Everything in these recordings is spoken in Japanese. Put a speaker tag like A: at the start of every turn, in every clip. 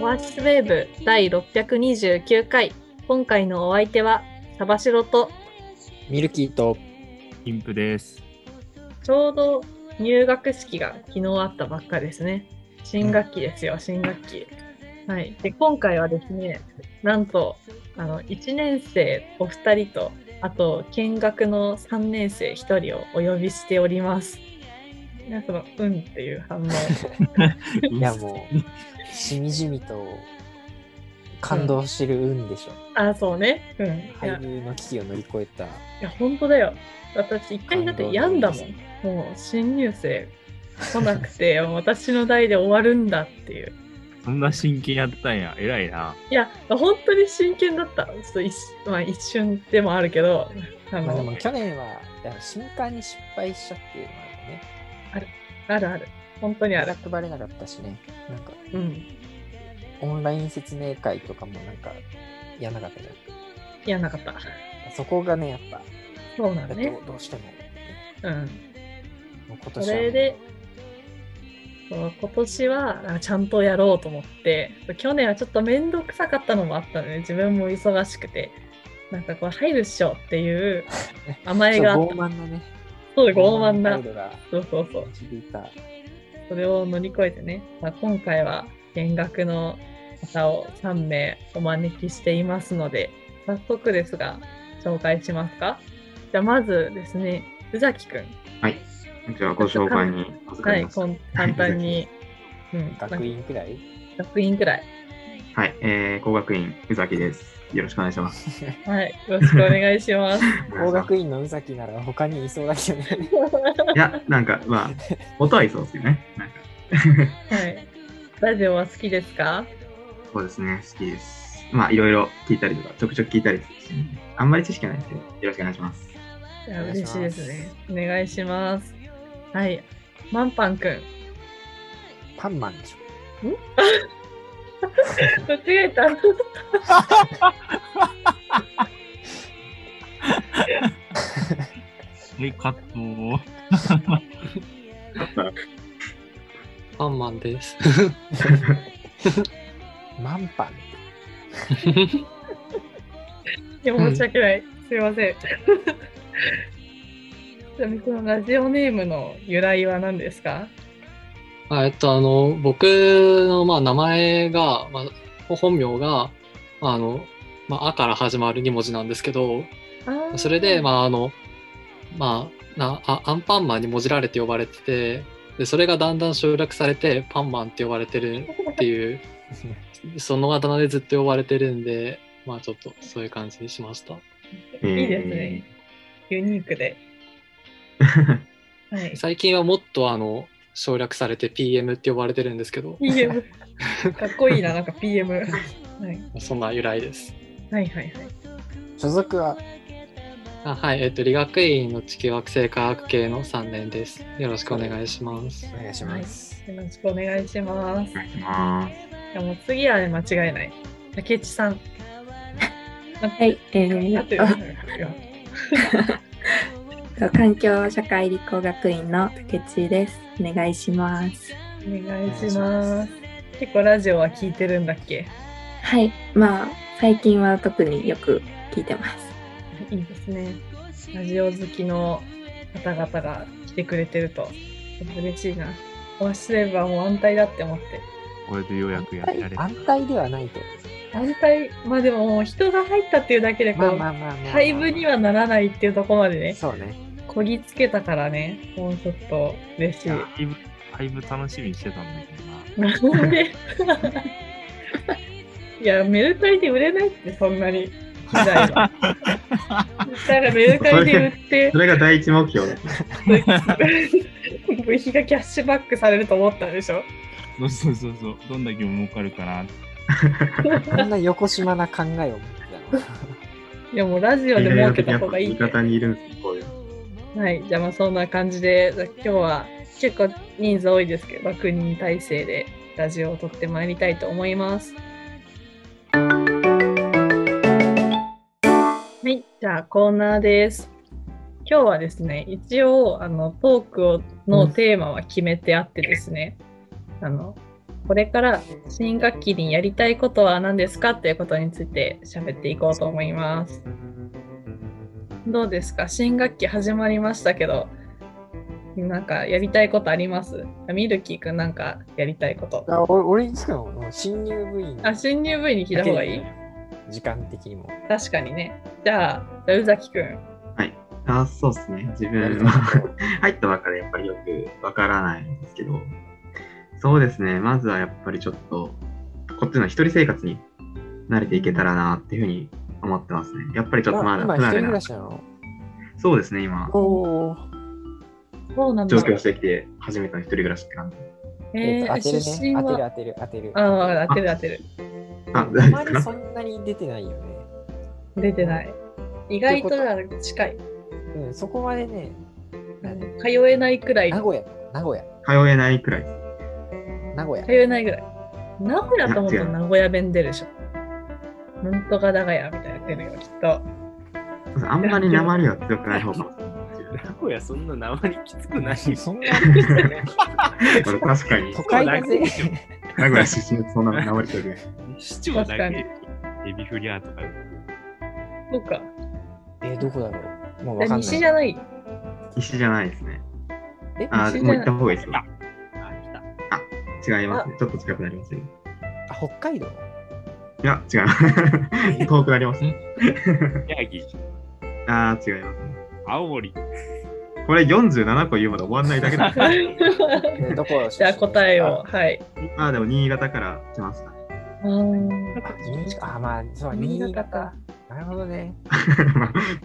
A: ワークスウェーブ第629回。今回のお相手は、サバシロと、
B: ミルキーと
C: インプです。
A: ちょうど入学式が昨日あったばっかですね。新学期ですよ、新学期。はい。で、今回はですね、なんと、あの、1年生お二人と、あと、見学の3年生1人をお呼びしております。皆様、うんっていう反応。
B: いやもうしみじみと感動してる運でしょ、
A: あ、そうね。うん。いや
B: 俳優の危機を乗り越えた
A: いや、本当だよ。私、一回だって病んだもん。もう、新入生来なくて、 私の代で終わるんだっていう。
C: そんな真剣やったんや。偉いな。
A: いや、本当に真剣だった。ちょっと一,、まあ、一瞬でもあるけど、あ
B: まあでも
A: の、
B: 去年はだから新刊に失敗しちゃっていうのはね
A: あるある。本当にあ
B: や
A: る
B: っ。とバレなかったしねなんか
A: うん。
B: オンライン説明会とかもなんかやんなかったじゃ
A: いや、なかった。
B: んそこがねやっぱ
A: そうな
B: だ
A: んだ
B: と
A: ね。
B: どうしても,、
A: うん。
B: もう今
A: そ
B: 年はも
A: れ
B: う
A: で、そう今年はあちゃんとやろうと思って、去年はちょっと面倒くさかったのもあったのね、自分も忙しくて、なんかこう、入るっしょって いう甘え
B: ち
A: があ
B: ょ
A: っ
B: ったと。傲慢なね
A: そう、傲慢な
B: 態。度が
A: そうそうそう。
B: 導いた
A: それを乗り越えてね、まあ、今回は見学の方を3名お招きしていますので、早速ですが、紹介しますか。じゃあ、まずですね、宇崎くん。
D: はい。じゃあ、ご紹介に預か
A: は
D: り
A: い、
D: ます。
A: こ
D: はい。
A: ん簡単に。うん、
B: 学院くらい
A: 学院くらい。
D: えー工学院、宇崎です。よろしくお願いします。
A: はい、よろしくお願いし ます。
B: 工学院の宇崎なら他にいそうだけどね
D: いや、なんか、まあ、音はいそうですよね。なんか、
A: はい。ラジオは好きですか
D: そうですね、好きです。まあ、いろいろ聞いたりとか、ちょくちょく聞いたりするし、あんまり知識はないですけど、よろしくお願いします。
A: いや、嬉しいですね。お願いします。はい。マンパンく ん。
B: パンマンでしょ
A: 間違えた。
C: はい、カット。
E: パンマンです。
B: マンパン
A: いや、申し訳ない。すいま せん。ちなみにこのラジオネームの由来は何ですか
E: あえっと、あの、僕の、まあ、名前が、まあ、本名が、あの、まあ、あから始まる2文字なんですけど、それで、まあ、あの、まあ、なあアンパンマンにもじられて呼ばれてて、で、それがだんだん省略されて、パンマンって呼ばれてるっていう、 そのあだ名でずっと呼ばれてるんで、まあ、ちょっとそういう感じにしました。
D: えー
A: いいですね。ユニークで。はい。
E: 最近はもっと、あの、省略されて PM って呼ばれてるんですけど、
A: PM。かっこいいな、なんか PM。はい、はい
E: そんな由来です。
A: はいはい。
B: 所属は
E: あはい、えっと、理学院の地球惑星科学系の3年です。よろしくお願いします。
B: お願いします。
A: よろしくお願いします
D: お。願いし ます。
A: いやもう次は間違いない。竹内さん。
F: はい、え
A: あと
F: ー、
A: は
F: あ環境社会理工学院の竹内です。お願いします。
A: お願い
B: お願い
A: し
B: し
A: ま。
B: ます
A: 結構ラジオは聞いてるんだっけ
F: はい、まあ最近は特によく聞いてます。
A: いいですね。ラジオ好きの方々が来てくれてると、嬉しいな。おわしすればもう安泰だって思って。
C: これでようやくやってやれた。
B: 安泰ではないと。
A: 安泰、まあでももう人が入ったっていうだけでこ
B: まあ
A: う、
B: まあまあまあまあ。
A: 配分にはならないっていうところまでね、
B: そうね。
A: こぎつけたからね、もうちょっと嬉しい。
C: 配分、配分楽しみにしてたんだけどな。
A: なんで いや、メルカリで売れないってそんな に。時代は。だからメルカリで売って
D: そ、れが第一目標です。
A: 部費がキャッシュバックされると思ったんでし ょ
C: そうそうそうそう。どんだけ儲かるかな。
B: こんな横島な考えを持ってたの。
A: いやもうラジオで儲けた方がいいっ
D: 味
A: て。
D: 方にいるんですね、こういうの。
A: はい、じゃあまあそんな感じで、今日は結構人数多いですけど、6人体制でラジオを撮ってまいりたいと思います。はい、じゃあコーナーです。今日はですね、一応あのトークをのテーマは決めてあってですね、あのこれから新学期にやりたいことは何ですかっていうことについて喋っていこうと思います。どうですか新学期始まりましたけど、なんかやりたいことありますあミルキーくんなんかやりたいこと。
B: あ俺俺いつかも新入部員
A: あ、新入部員に聞いた方がいい
B: 時間的にも。
A: 確かにね。じゃあ、じゃあ宇崎くん。
D: あそうですね。自分は入ったばっかでやっぱりよくわからないんですけど、そうですね。まずはやっぱりちょっと、こっちの一人生活に慣れていけたらなっていうふうに思ってますね。やっぱりちょっとまだ
B: 今
D: 不
B: 一人
D: 慣れ
B: 暮
D: な
B: ら。しなの
D: そうですね、今、
B: おお。
A: そうなんだ。
D: 上京してきて初めての一人暮らしって感じ。
A: えー
B: 当てる
A: 出身
B: ね。当て
A: は。
B: る当てる当てる。
A: ああ、当てる当てる。
D: あ、
B: あ
D: 大丈
B: ま
D: 夫
B: り
D: です
B: そ
D: か
B: んなに出てないよね。
A: 出てない。意外とじゃあ近い。
B: うん、そこまでね、
A: 通えないくらい。
B: 名
A: 通
B: 古屋、名古屋、
D: 通えないくらいです。
B: 名古屋。
A: えないぐらい。名古屋と思っ
D: い
A: た
D: や違
A: ら
D: う
A: 名古屋弁出るでしょ。なんとかだがやみたいな出るよ、きっと。
D: あんまり鉛は強くない方かもしれ
G: 名古屋そんな鉛きつくない
B: そんな
D: ない。俺確か に
B: 都、会だぜ。
D: 名古屋出身でそんな鉛強くない。
G: 市長だけエビフリアとか
A: そうか。
B: え、どこだろうもう
A: じ
B: わ
A: ゃ
B: か
A: あ
B: ん
A: 西じゃ
B: ない。
A: ない。
D: 石じゃないですね。
B: え、
D: あ、
A: 西じゃ
D: もう行った方がいいですよ。
G: あ来た
D: 違いますね。ちょっと近くなりますよ。
B: あ北 海道
D: いや、違う。遠くなりますね。
G: 宮城
D: あー、違いますね。
G: 青森
D: これ47個言うまで終わんないだ けだ。
B: えどこ出身
A: じゃあ答えを。。はい。
D: あー、でも新潟から来ましたね。
A: あー
B: あ、新潟あまあ、そう、新
A: 新
B: 潟
A: 潟。
B: なるほどね。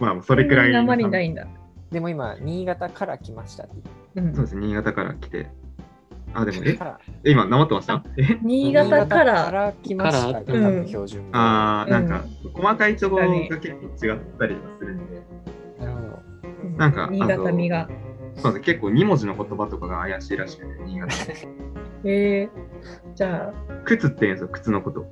D: まあ、それくらい。
A: あんまりないんだ。
B: でも今、新潟から来ましたって。
A: う。
D: そうんですね、新潟から来て。あ、でも、え
B: か、ら
D: え今、なまってましたえ
A: 新潟か
B: 新
A: ら。
B: 来ましたが。多
A: からう
B: 分
A: ん
B: 標準語。
D: あー、なん
A: う
D: か、細かいところが結構違ったりするんで、
B: なるほど。
D: なんか
A: 新潟味が。
D: そうですね、結構2文字の言葉とかが怪しいらしくて、新潟。
A: えー、じゃ
D: 靴って言うんですよ、靴のこと。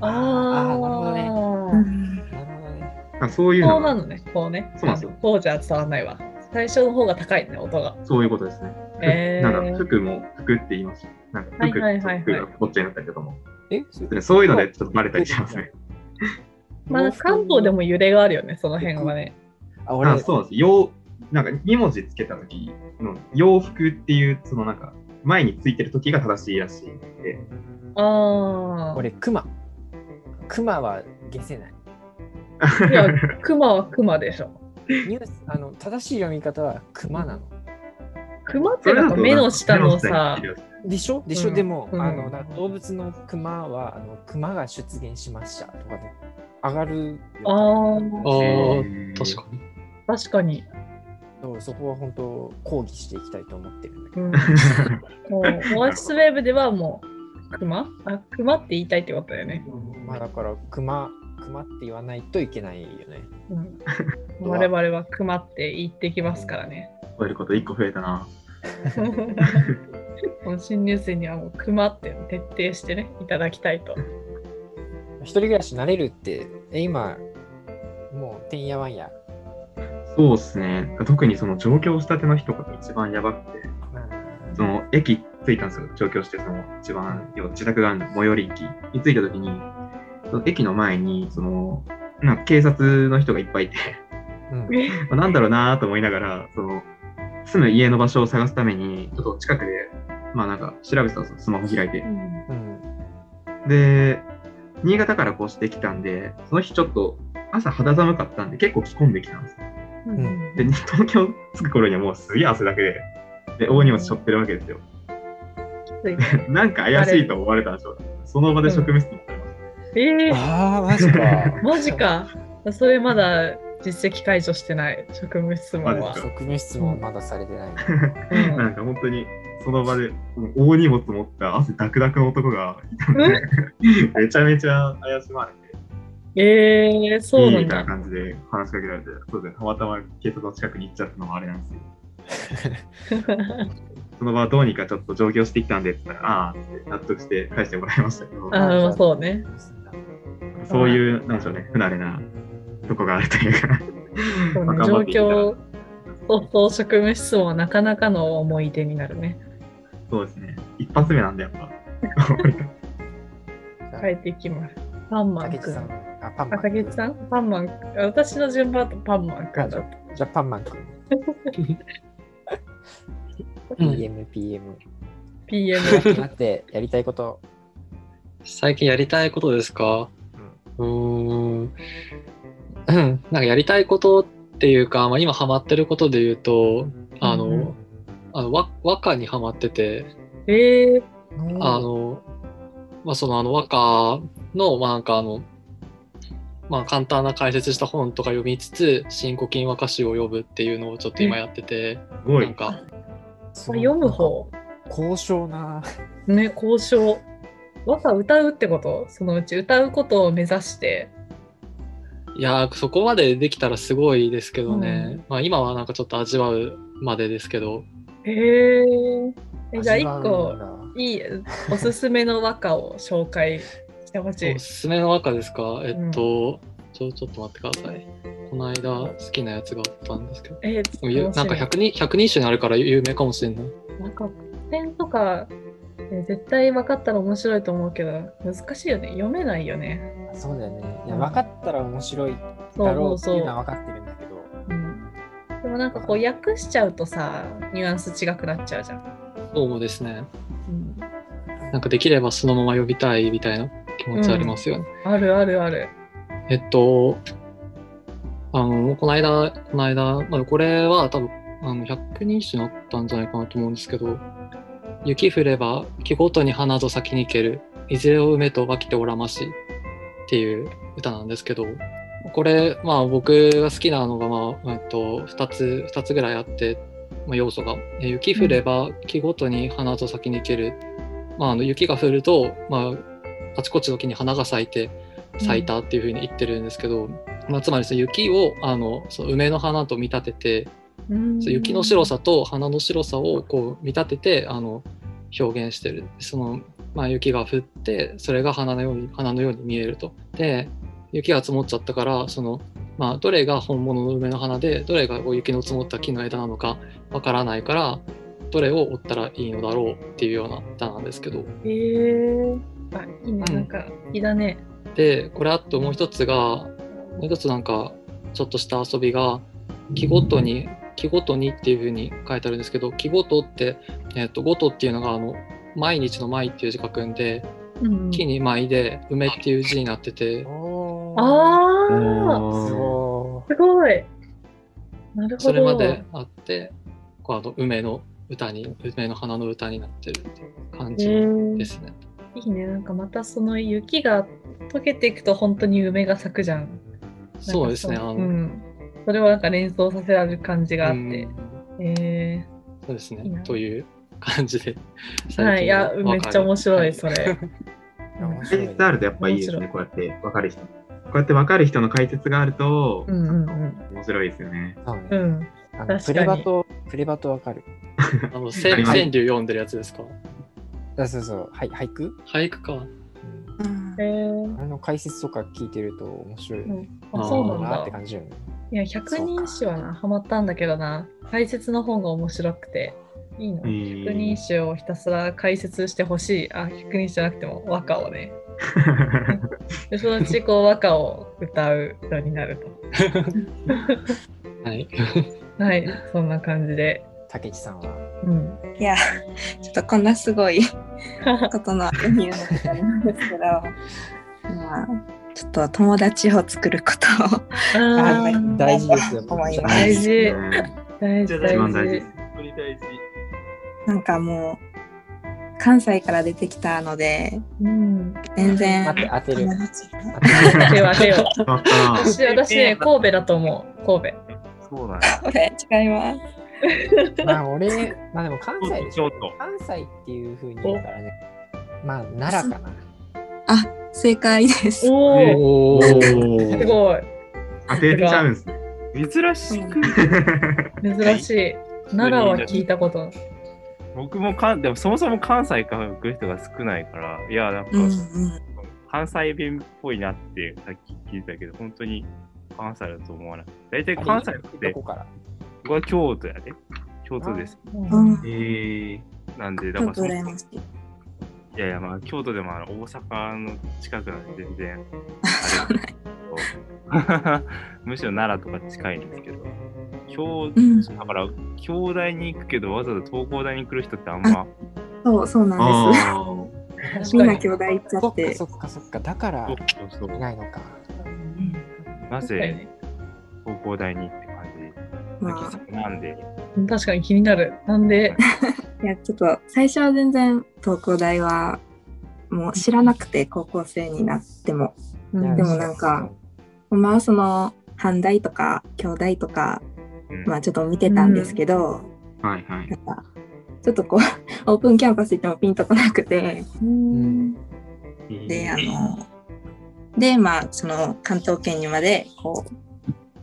A: あ、あー
B: あーなるほどね
F: うん
B: なるほどね。
D: あそういう
A: こ
D: の
A: うな
D: が、
A: のね、こうね。
D: そうなんですよ
A: こうじゃ伝わらないわ。最初の方が高いね、音が。
D: そういうことですね。
A: えー
D: なんか、服も服って言います。なんか、服、
A: はいはいはいはい
D: 服がこっちゃになったりとかも。
B: え、そう
D: でそういうので、ちょっとバレたりしますね。
A: まあ、関東でも揺れがあるよね、その辺はね。
B: あ、
D: あ
B: 俺、
D: そうなんです。洋、なんか2文字つけたときの洋服っていう、そのなんか、前についてるときが正しいらしいんで、
A: ああ。
B: 俺、熊。熊は消せない。
A: いや、熊は熊でしょ。
B: ニュース、あの、正しい読み方は熊なの。
A: 熊ってなんか目の下の
D: 目の下
A: さ
D: につい、てるや
B: でしょでし
A: う
B: ょ
A: ん
B: でも、
A: うん
B: あの、だ動物の熊は、あの、熊が出現しましたとかで上がる。
A: あー
E: ああ、
D: つ
E: 確かに。
A: 確かに。
B: そうそこは本当抗議していきたいと思ってるんだけ
A: う
B: ど。
A: ん、もう、オアシスウェーブではもう、熊あ、熊って言いたいってことだよね。
B: まあだから熊熊って言わないといけないよね。
A: うん、我々は熊って言ってきますからね。
D: 覚えること1個増えたな。
A: この新入生にはもう熊って徹底してね、いただきたいと。
B: 一人暮らし慣れるってえ今もうてんやわんや。
D: そうっすね。特にその上京したての日とかが一番やばくて、その駅着いたんですよ。上京して、その一番、要は自宅がある最寄り駅に着いたときに、その駅の前に、その、なんか警察の人がいっぱいいて、
B: うん
D: まあなんだろうなーと思いながら、その、住む家の場所を探すために、ちょっと近くで、まあなんか調べてたんですよ、スマホ開いて。
B: うん
D: で、新潟から越してきたんで、その日ちょっと朝肌寒かったんで、結構着込んできたんですよ。
A: うん
D: で、東京着く頃にはもうすげえ汗だくで、で、大荷物背負ってるわけですよ。
A: きつい
D: なんか怪しいと思われたんでしょうね。その場で職務室に行ったら
A: えー、
B: ああマジ か。
A: マジか。それまだ実績解除してない、職務質問
D: マ
A: は
D: ジ。か
B: 職務質問まだされてない。
A: うん
D: なんか本当にその場でもう大荷物持った汗ダクダクの男がいたんで、 めちゃめちゃ怪しまれて、
A: えー、そう
D: いい
A: なん
D: みたいな
A: だ。
D: 感じで話しかけられて、そうですねたまたま警察の近くに行っちゃったのもあれなんですけど、その場はどうにかちょっと上京してきたんでって言ったら、ああーって納得して返してもらいましたけど、
A: あーまあそうね。
D: そういう、なんでしょうね、不慣れなとこがあるというか、
A: そう
D: まあ
A: ね
D: 頑
A: 上
D: 張っていけたら
A: 京早々職務質問はなかなかの思い出になるね。
D: そうですね、一発目なんでやっぱ、
A: 変えていきます。パンマン
B: 竹
A: く
B: 内さん
A: ん。。
B: あ、パ
A: あ、
B: ンマン
A: 竹
B: 君
A: 内さんパンマン。私の順番だとパンマンくんだと。
B: じゃあパンマン君。
E: うん
B: PM、PM。
A: PM。
B: だって、やりたいこと。
E: 最近やりたいことですかうーん。 なんかやりたいことっていうか、まあ、今ハマってることで言うと、あ
A: うんう
E: の、あの和和歌にハマってて、
A: えー、
E: あの、まあ、そのあの和歌の、まあ、なんかあの、まあ、簡単な解説した本とか読みつつ、新古今和歌集を読むっていうのをちょっと今やってて、
D: すご
E: なん
D: い。
E: か、
A: こ
B: すご
A: れ
B: い
A: 読む方。
B: 高尚な。
A: ね、交渉。和歌歌うってことそのうち歌うことを目指して。
E: いやー、そこまでできたらすごいですけどね、まあ、今はなんかちょっと味わうまでですけど、
A: へえー。えじゃあ一
B: 味わう
A: 個
B: ん、だ
A: いいおすすめの和歌を紹介してほしい
E: お。すすめの和歌ですかえっと、ちょ、ちょっと待ってください。この間好きなやつがあったんですけど。
A: え
E: でもゆ
A: 面
E: な
A: 白
E: ん
A: い
E: か100人 ,100 人種になるから有名かもしれない。
A: なんか点とか、え絶対分かったら面白いと思うけど難しいよね読めないよね。
B: そうだよね。いや、
A: うん
B: 分かったら面白いだ
A: そう
B: ろ
A: そううそう
B: っていうのは分かってるんだけど。
A: うんでもなんかこう訳しちゃうとさニュアンス違くなっちゃうじゃん。
E: そうですね。
A: うん
E: なんかできればそのまま呼びたいみたいな気持ちありますよね。
A: あるあるある。
E: えっと、あの、この間、この間、まあ、これは多分、あの、100人種になったんじゃないかなと思うんですけど、雪降れば木ごとに花ぞ咲きにける、いずれを梅と分けておらましっていう歌なんですけど、これ、まあ僕が好きなのが、まあ、えっと、2つ、二つぐらいあって、まあ、要素が。え雪降れば木ごとに花ぞ咲きにける、まあ、あの雪が降ると、まあ、あちこちの木に花が咲いて咲いたっていうふうに言ってるんですけど、まあ、つまりその雪をあのその梅の花と見立てて、
A: うん
E: そう雪の白さと花の白さをこう見立ててあの表現してるその、まあ、雪が降ってそれが花のように花のように見えると。で雪が積もっちゃったからその、まあ、どれが本物の梅の花でどれがこう雪の積もった木の枝なのかわからないからどれを折ったらいいのだろうっていうような歌なんですけど。
A: へえあいいね
E: うん
A: なんかいいだね。
E: でこれあともう一つがもう一つなんかちょっとした遊びが木ごとに木ごとにっていうふうに書いてあるんですけど木ごとって、えっとごとっていうのがあの毎日の毎っていう字書くんで
A: うん
E: 木に舞で梅っていう字になってて
B: おー
A: ああ
B: すご
A: すごい。なるほど。
E: それまであってこうあの梅の歌に梅の花の歌になってるっていう感じ
A: へ
E: で
A: ー
E: すね。
A: いいねなんかまたその雪が溶けていくと本当に梅が咲くじゃん。
E: そうですね
A: なん
E: あ
A: かそ
E: の、
A: ううん、それをなんか連想させられる感じがあっ
E: う
A: て
E: ん。
A: え
E: そうですね
A: いいな
E: という感じで
A: ー、はい、いや、
E: 最近の
A: めっちゃ面白、
E: はい
A: そ れ。
B: い。面白い
D: 解説あるとやっぱいいですね、こうやって分かる人。こうやって分かる人の解説があると
A: う、んうん
D: 面白いですよね。
B: そうね
A: うん。うん。
B: あ
A: 確か
B: の
A: に
B: プレバと、プレバと分かる。
E: あの、川
D: はい
E: 柳読んでるやつですか
B: あそうそう、はい、俳句、
E: 俳句か。
B: うん
F: うん
A: えー、
B: あれの解説とか聞いてると面白いよね。
A: あ、
E: ー
A: そうな
B: あーって
A: んだ。
B: 感じよね。
A: いや、百人誌はな、ハマったんだけどな、解説の本が面白くて、いいの。
D: え
A: 百
D: ー
A: 人誌をひたすら解説してほしい。あ、百人誌じゃなくても和歌をね。で、そのうちこう和歌を歌う人になると。
E: はい。
A: はい、そんな感じで。
B: たけちさんは。
A: うん。
F: いや、ちょっとこんなすご いことの後に言うのってあれなんですけど、まあ、ちょっと友達を作ること
A: あ
F: をー
A: ー
B: 大事ですよ。
F: 思います
A: 大
B: 事
A: 事。 大
G: じゃ
A: 事
G: あ
D: 一
A: 大
D: 番
A: 事
D: 大事です。
G: 本当に大事。
F: なんかもう関西から出てきたので
A: うん。
F: 全然
B: 待って、当てる。当
A: 当てよう当てよう。
D: 分からん
A: 私、私ね、神戸だと思う。神戸。
G: そうだね。
F: これ違います
B: てる。まあ、俺、まあでも関西でしょ
G: ちょっと。
B: 関西っていうふうに言うからね。まあ、奈良かな。
F: 正解です
A: おお、
E: お ー
A: す
D: おお。
A: ごい。
D: 当てちゃうんですね。
G: 珍しく、
A: 珍しい。奈良は聞いたこと。
G: 僕もかんでもそもそも関西から来る人が少ないからいやなんか、
F: うんうん
G: 関西弁っぽいなってさっき聞いたけど本当に関西だと思わない大体関西って
B: どこから
G: 僕は京都やで京都です
A: うん
F: うん
D: えー
G: なんでだ
F: ち
G: か
F: ょ
G: ら
F: っと
G: そ
F: 羨
G: の
F: ましい
G: いやいや、まあ、京都でもあの大阪の近くなんで全然、あれ むしろ奈良とか近いんですけど、京
F: うん
G: だから、京大に行くけど、わざわざ東工大に来る人ってあんま、
F: そう、そうなんです。
D: あー
A: 確
F: み
A: か
F: んな
A: に
F: 兄弟行っち
B: そ
F: ゃ
B: っ
F: っ
B: か
F: て
B: そ。っかそっか。だから
G: そうそうそう
B: いないのか。
G: な
A: 確かに
G: ぜ
A: ね
G: 東工大にって感
F: ま
G: じ。なんで、
A: 確かに気になる。なんで、
F: あ、いや、ちょっと最初は全然東工大はもう知らなくて、高校生になっても。
A: うん
B: いや
F: でもなんか、ほんまはその、阪大とか京大とか、
G: うん
F: まあちょっと見てたんですけど、
D: はいはい。
F: なんか、ちょっとこう、オープンキャンパス行ってもピンとこなくて、
B: うん。
F: で、あの、で、まあ、その関東圏にまで、こう、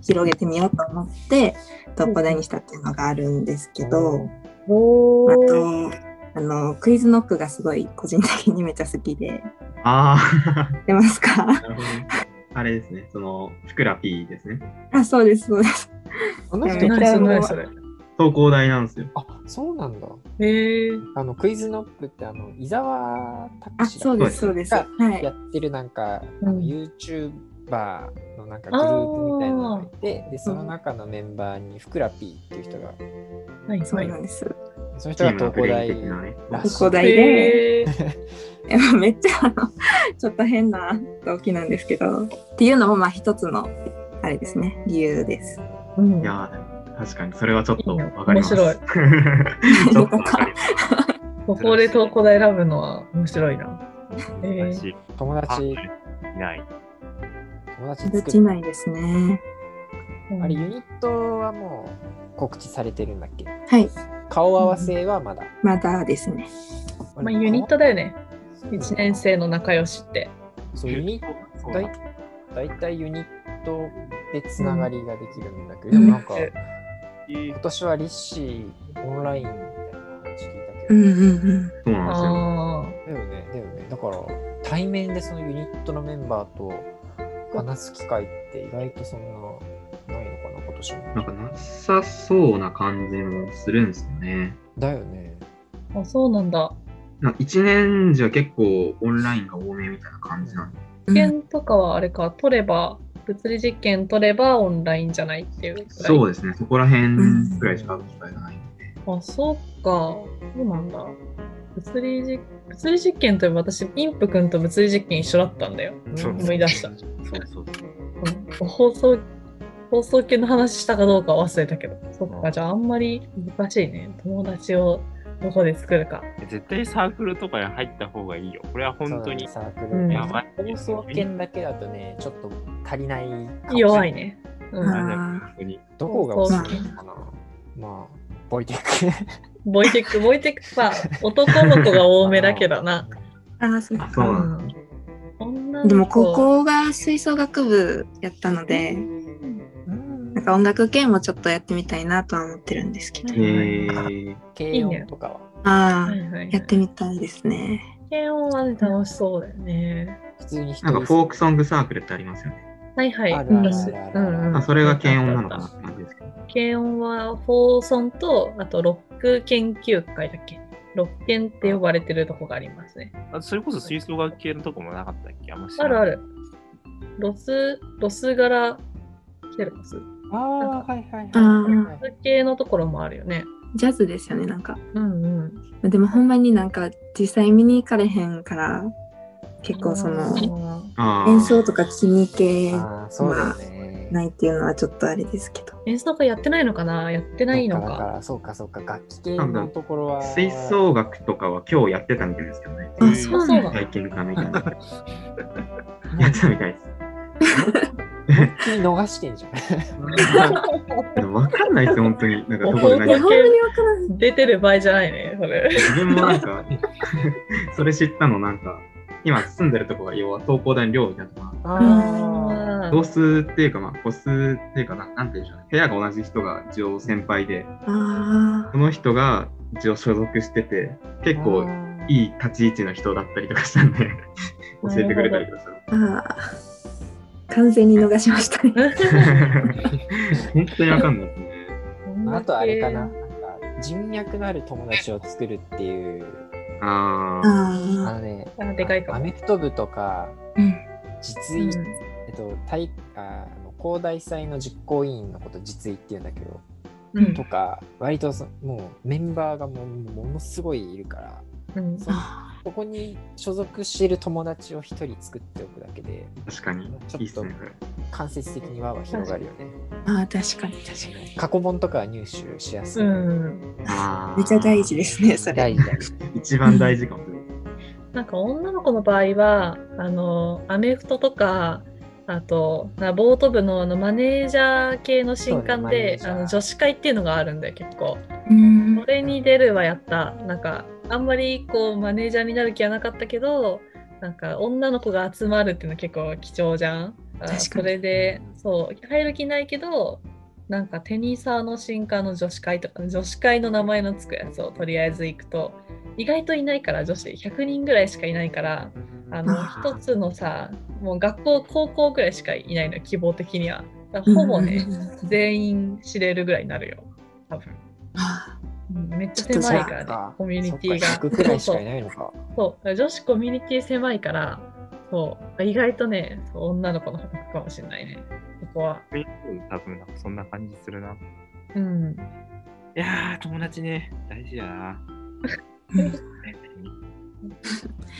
F: 広げてみようと思って、東工大にしたっていうのがあるんですけど、
A: お
F: あ
A: ー
F: と、あの、クイズノックがすごい個人的にめっちゃ好きで、
D: ああ、
F: 出ますか
D: なるほどね。 あれですね、その、ふくら P ですね。
F: あ、そうです、そうです。
B: あの人
F: めっ
A: 何
F: ちゃ
A: それ何それ。
D: 東工大なんですよ。
B: あそうなんだ。
A: えー、
B: あのクイズノックってあの伊沢
F: あ、
B: 拓司
F: そうです、そうです。は
B: が
F: い
B: や。ってるなんか、
A: うん
B: あの YouTuber のなんかグループみたいなのがいてでその中のメンバーにふくら P っていう人が
A: はい
F: そ
A: は
F: う
A: い
F: な。んです。
B: その人
D: チー
B: が
D: ム
B: 東
D: のブ
B: 工
D: レ
B: 大
D: イン的なね。
B: ら
F: 東工大で、
A: え
F: えめっちゃあの、ちょっと変な動機なんですけど、っていうのもまあ一つの、あれですね、理由です。
A: ー、うん
D: いやーでも確かにそれはちょっとわか
A: 面
D: ります。
A: 白い
D: ちょっとわ かります。
A: ここで東工大選ぶのは面白いな。えー
G: 私、
B: 友
G: あ
B: 達
G: いない。
B: 友達
F: 友
B: 作
F: 達い
B: る
F: ないですね。
B: あれユニットはもう告知されてるんだっけ
F: はい、
B: 顔合わせはまだ、
F: まだですね。
A: まあ、ユニットだよね。
B: そう
A: 1年生の仲良しって。
B: そうユニッ
G: そ
B: ト
G: う
B: だ
G: だ
B: いだいたいユニットでつながりができるんだけど、
A: うん
B: でもなんか
A: うん
B: 今年はリッシーオンラインみたいな話聞いたけど、
F: うんうん
D: そうなんですよ。
A: あ
B: だよね、だよね。だから、対面でそのユニットのメンバーと話す機会って意外とそんなないのかな、今年も。
D: なんかなさそうな感じもするんですよね。
B: だよね。
A: ーあ、そうなんだ。
D: なんか1年じゃ結構オンラインが多めみたいな感じなんで。
F: うん。
A: 実験とかはあれか、取れば、物理実験取ればオンラインじゃないっていうぐらい。
D: そうですね、そこら辺くらいしか会う機会がないんで。
A: あ、そうか。そうなんだ。物理実物理実験といえば私、インプ君と物理実験一緒だったんだよ。
B: うん
G: そう
A: 思い出した。
G: そうそうそう。
A: うん放送、放送系の話したかどうかは忘れたけど。そっか、じゃああんまり難しいね。友達をどこで作るか。
G: 絶対サークルとかに入った方がいいよ。これは本当に。
B: そうだねサー
A: うん
G: やばい
B: クル。放送券だけだとね、ちょっと足りないかもしれな
A: 弱い。ね。う
F: あ
A: ん。
G: あでも
F: ー
G: 本当に。
B: どこがおすすめかな。まあ、ボイテック。
A: ボイテック、ボイテックさ、男の子が多めだけどな。
F: あーそう
D: あ、そうなんだ。
A: うん
F: でも高校が吹奏楽部やったので、
B: うん。
F: なんか音楽系もちょっとやってみたいなとは思ってるんですけど。
A: う
D: へー。
B: 軽音とかは。
F: あ
A: は
F: あ、
A: いはい、
F: やってみたいですね。
A: 検温はね、楽しそうだよね。
B: 普通に人
D: なんかフォークソングサークルってありますよね。
A: はいはい。
B: ある
A: う
B: ある
A: ん
B: あるある
A: うんうん
D: あそれが軽音なのかなって感じですけど。
A: 検温は、フォーソンと、あとロック研究会だっけ。ロッケンって呼ばれてるとこがありますね。
G: あそれこそ吹奏楽系のとこもなかったっけあんま知
A: あ
G: らな
A: る
G: い
A: ある。ロス、ロス柄、ケロス。ロ
B: ああー、はいはい
F: あー
A: ス系のところもあるよね。
F: ジャズですよね、なんか。
A: うんうん。
F: でもほんまになんか実際見に行かれへんから、結構その
A: うん
D: あー
F: 演奏とか気に系
B: ああ、そうだよね。
F: ないっていうのはちょっとあれですけど。
A: 演奏会やってないのかなやってないの
B: だか
A: か。
B: ら、そうかそうか、楽器系のところは。
D: 吹奏楽とかは今日やってたみたいですけどね。
G: うん
F: あ、そうなんだ。
D: 体験かみたいな。や
B: 楽
D: ってたみたいです。
B: 器逃してんじゃん。
D: でも分かんないですよ、本当に。なんかどこで何
F: い
D: やっ
F: や、
D: て
F: ほんまにわからん。
A: 出てる場合じゃないね、それ。
D: 自分もなんか、 それ知ったのなんか、今住んでるとこが要は東工大の寮みたいなとこな
B: あ
A: あ
D: 同数っていうかまあ個数っていうかななんて言うんでしょうね部屋が同じ人が一応先輩で
F: あ
D: その人が一応所属してて
B: ー
D: 結構
B: い。
D: いい立ち位置の人だったりとかしたんで教えてくれたりとか
F: ーあー、完全に逃しましたね。
D: したの本当にわかんないですね
B: あとあれかな。なんか人脈のある友達を作るっていう
D: ああ。
B: あ
F: あ
B: のね、
A: あでかいか
B: ア
A: も。
B: メフト部とか、
F: あ、うん。
B: 実意、えっと、体ああの高大祭の実行委員のこと実意って言うんだけど、
A: うん
B: とか、割とそもうメンバーがもうものすごいいるから、
A: うん
B: そそこに所属している友達を一人作っておくだけで、
D: 確かに。
B: ちょっと
D: いいっすね、それ。
B: 間接的にわーわー広がるよね。
F: ああ、確かに確かに。
B: 過去問とかは入手しやすい。
A: うん、
D: あー
F: めちゃ大事ですね、それ。
B: 大事だね。
D: 一番大事かもしれない。
A: なんか女の子の場合はあのアメフトとかあとなボート部のあのマネージャー系の新
B: そうね
A: 刊
B: マネ
A: で、
B: ージャー
A: あの女子会っていうのがあるんだよ結構。
F: うん
A: それに出るはやったなんかあんまりこうマネージャーになる気はなかったけどなんか女の子が集まるっていうの結構貴重じゃん
F: 確かに
A: それでそう入る気ないけどなんかテニサーの進化の女子会とか女子会の名前のつくやつをとりあえず行くと意外といないから女子100人ぐらいしかいないからあの
F: あ
A: 一つのさもう学校高校ぐらいしかいないのよ希望的にはだからほぼね
F: うんうんうん
A: 全員知れるぐらいになるよ多分。
F: あ
A: うんめっちゃ
F: ちょっと
A: 狭いからね
B: そっか
A: コミュニティが
B: そっか100くらいしかいないのか。
A: そうそう女子コミュニティ狭いからそう意外とねそう女の子の方がかもしれないねそこは
G: みんな多分なんかそんな感じするな。い
A: うん
G: やー、友達ね、大事やな。
F: ーうん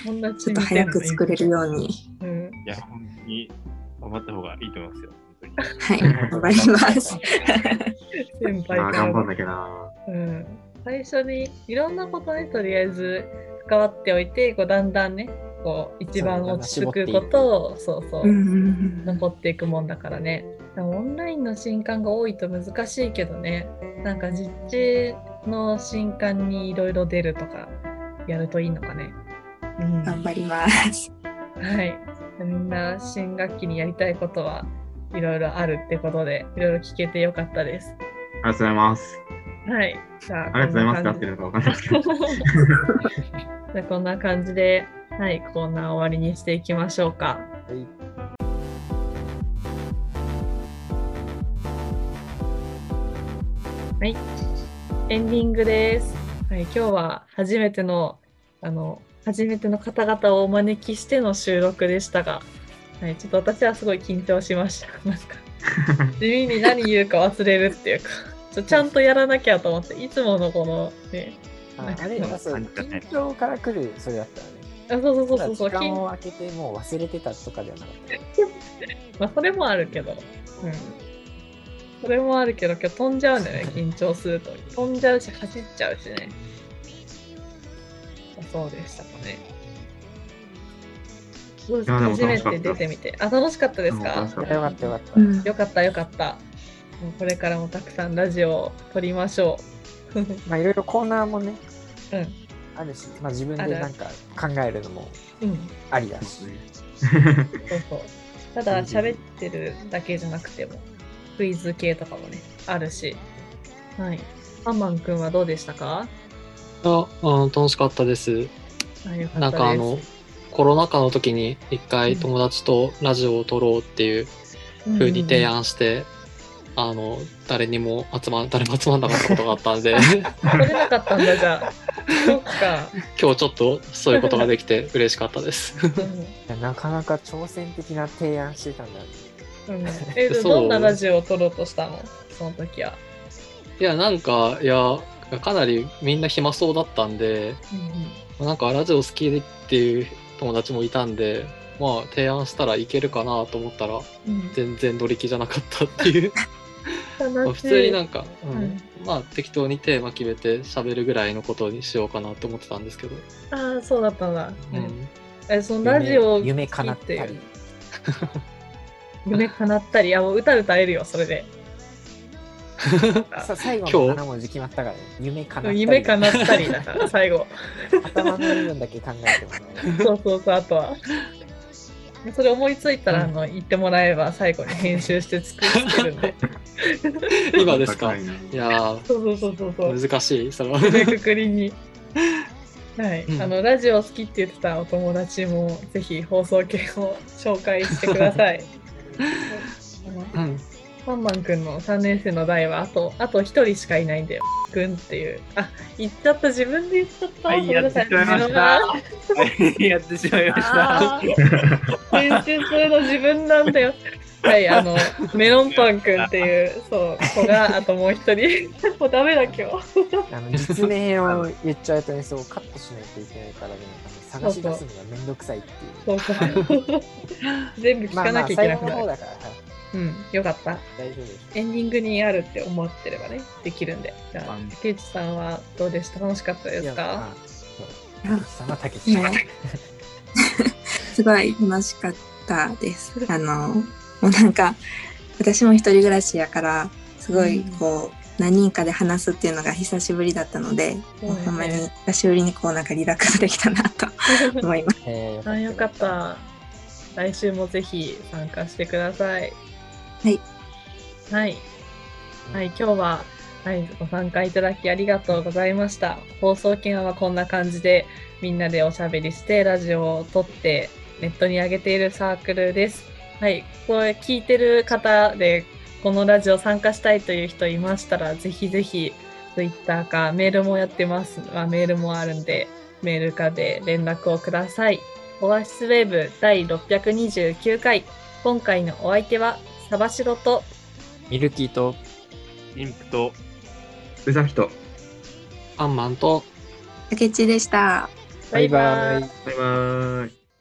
A: 友達
F: ちょっと早く作れるように。
A: うに、うん、
G: いや、本当に頑張った方がいいと思いますよ。本
F: はい、 頑張ります。
A: 先輩
D: あ
A: か
D: あ、
A: ら
D: 頑張ん
A: の、
D: なきゃな。
A: うん、最初にいろんなことにとりあえず関わっておいてこうだんだんねこう一番落ち着くことをそうそう、
F: うんうんうん
A: 残っていくもんだからね。でもオンラインの新刊が多いと難しいけどね、なんか実地の新刊にいろいろ出るとかやるといいのかね。うん、は
F: 頑張ります。
A: い。みんな新学期にやりたいことはいろいろあるってことで、いろいろ聞けてよかったです。
D: ありがとうございます。
A: はい。じゃあ、
D: ありがとうございます。合っ
A: こん
D: てる
A: な
D: のかわかんないですけど。
A: 感じ じゃあこんな感じで、はい、コーナー終わりにしていきましょうか。
B: はい
A: はい、エンディングです。はい、今日は初めてのあの初めての方々をお招きしての収録でしたが、はい、ちょっと私はすごい緊張しました。 なんか地味に何言うか忘れるっていうか、ちょちゃんとやらなきゃと思って、いつものこのね、
B: ああれ、まあそう緊張から来るそれだったらね。
A: あそうそうそ
B: ただ
A: うそう、
B: 時
A: 緊
B: 間を空けてもう忘れてたとかではなかった。
A: まあ、それもあるけど、うん。それもあるけど、今日飛んじゃうんだよね、緊張すると。飛んじゃうし、走っちゃうしね。そうでしたかね。どうですか
D: いやでも
A: 初
D: 楽
A: め
D: しかった
A: て出てみて。あ、楽しかったです
D: うん楽
A: か
D: しかっ
B: よかったよかった。
F: うん
A: よかった、よかった。もうこれからもたくさんラジオを撮りましょう。
B: まあいろいろコーナーもね、
A: うん。
B: あるし、まあ自分
A: あ
B: で
A: る
B: なんか考えるのも
A: うん。
B: ありだ
D: た
B: し。
D: そうですね。
A: そうそう。ただ喋ってるだけじゃなくても、クイズ系とかもね、あるし。はい。アンマン君はどうでしたか
E: あ、うん、楽しかったです。
A: あよかったです
E: なんかあの、コロナ禍の時に一回友達とラジオを撮ろうっていう風に提案して、あの、誰にも集ま、 誰も集まんなかったことがあったんで、
A: 取れなかったんだじ ゃあそっか、
E: 今日ちょっとそういうことができて嬉しかったです。
A: う
B: いやなかなか挑戦的な提案してたんだね。
A: んうん、え
E: そう
A: どんなラジオを撮ろうとしたのその時はい
E: や、なんか、いや、かなりみんな暇そうだったんで、なんかラジオ好きでっていう友達もいたんで、まあ提案したらいけるかなと思ったら、
A: うん
E: 全然乗り気じゃなかったって いう。まあ
A: 楽
E: 普
A: しい
E: 通になんか、うん
A: うん
E: まあ適当にテーマ決めて喋るぐらいのことにしようかなって思ってたんですけど、
A: ああそうだったんだ、う、
E: うん ん
A: えそのラジオを
B: 夢夢
A: 聴
B: 叶
A: い
B: ってたり。
A: 夢叶ったりあもう歌歌えるよそれで
B: さ最後の
E: 今日
B: 7文字決まったからね。夢叶ったり。
A: 夢叶ったりだから最後
B: 頭の部分だけ考えてもね。
A: そうそうそうあとはそれ思いついたら、
B: うん
A: あの言ってもらえば最後に編集して作ってるんで
E: 今ですか
D: 高い
E: い
D: な
E: や
A: そうそうそうそうそう
E: ー難しいそれは
A: 締めくくりに。 はい、
E: うん
A: あのラジオ好きって言ってたお友達も ぜひ放送系を紹介してください。あの
E: うん
A: パンマンくんの3年生の代はあと、あと1人しかいないんだよ。くんっていう。あ、言っちゃった。自分で言っちゃった。
G: はい、
A: ごめん
G: や
A: な
G: って
A: さ
G: しまいま
A: 自
G: し
A: 分が
G: た。はい やってしまいました。
A: あー 編集するの自分なんだよ。はい、あ の、メロンパンくんっていう、そう、子が、あともう一 人。もうダメだ、今日。
B: あの実名を言っちゃうとね、そうカットしないといけないからね、あの探し出すのがめんどくさいっていう。
A: そうそう。全部聞
B: まあ
A: か
B: ま
A: な
B: あ
A: きゃいけ
B: 最
A: な
B: 後
A: く
B: の
A: な
B: 方
A: る。
B: だから、はい、
A: うん、よかった。
B: 大丈夫です。
A: エンディングにあるって思ってればね、できるんで。じゃあ
C: うん、
A: 竹内さんはどうでした楽しかったで
B: いや
A: す
B: ま
A: か
B: あ そう竹内さんは竹内さん。
F: ねすごい楽しかったです。あの、もうなんか、私も一人暮らしやから、すごいこう、何人かで話すっていうのが久しぶりだったので、
A: そうで
F: もう
A: すね
F: ほんまに久しぶりにこうなんかリラックスできたなと思います。
B: え
A: あ、よかっ。た。来週もぜひ参加してください。
F: はい。
A: はい。はい、今日は、はい、ご参加いただきありがとうございました。放送券はこんな感じで、みんなでおしゃべりして、ラジオを撮って、ネットに上げているサークルです。はい、これ聞いてる方で、このラジオ参加したいという人いましたら、ぜひぜひ、Twitter かメールもやってます。まあ、メールもあるんで、メールかで連絡をください。オアシスウェーブ第629回。今回のお相手は、サバシロと、
B: ミルキーと
G: インプと
D: うざひと、
E: アンマンと
F: 竹内でした。
B: バイバイ。
D: バイバーイ。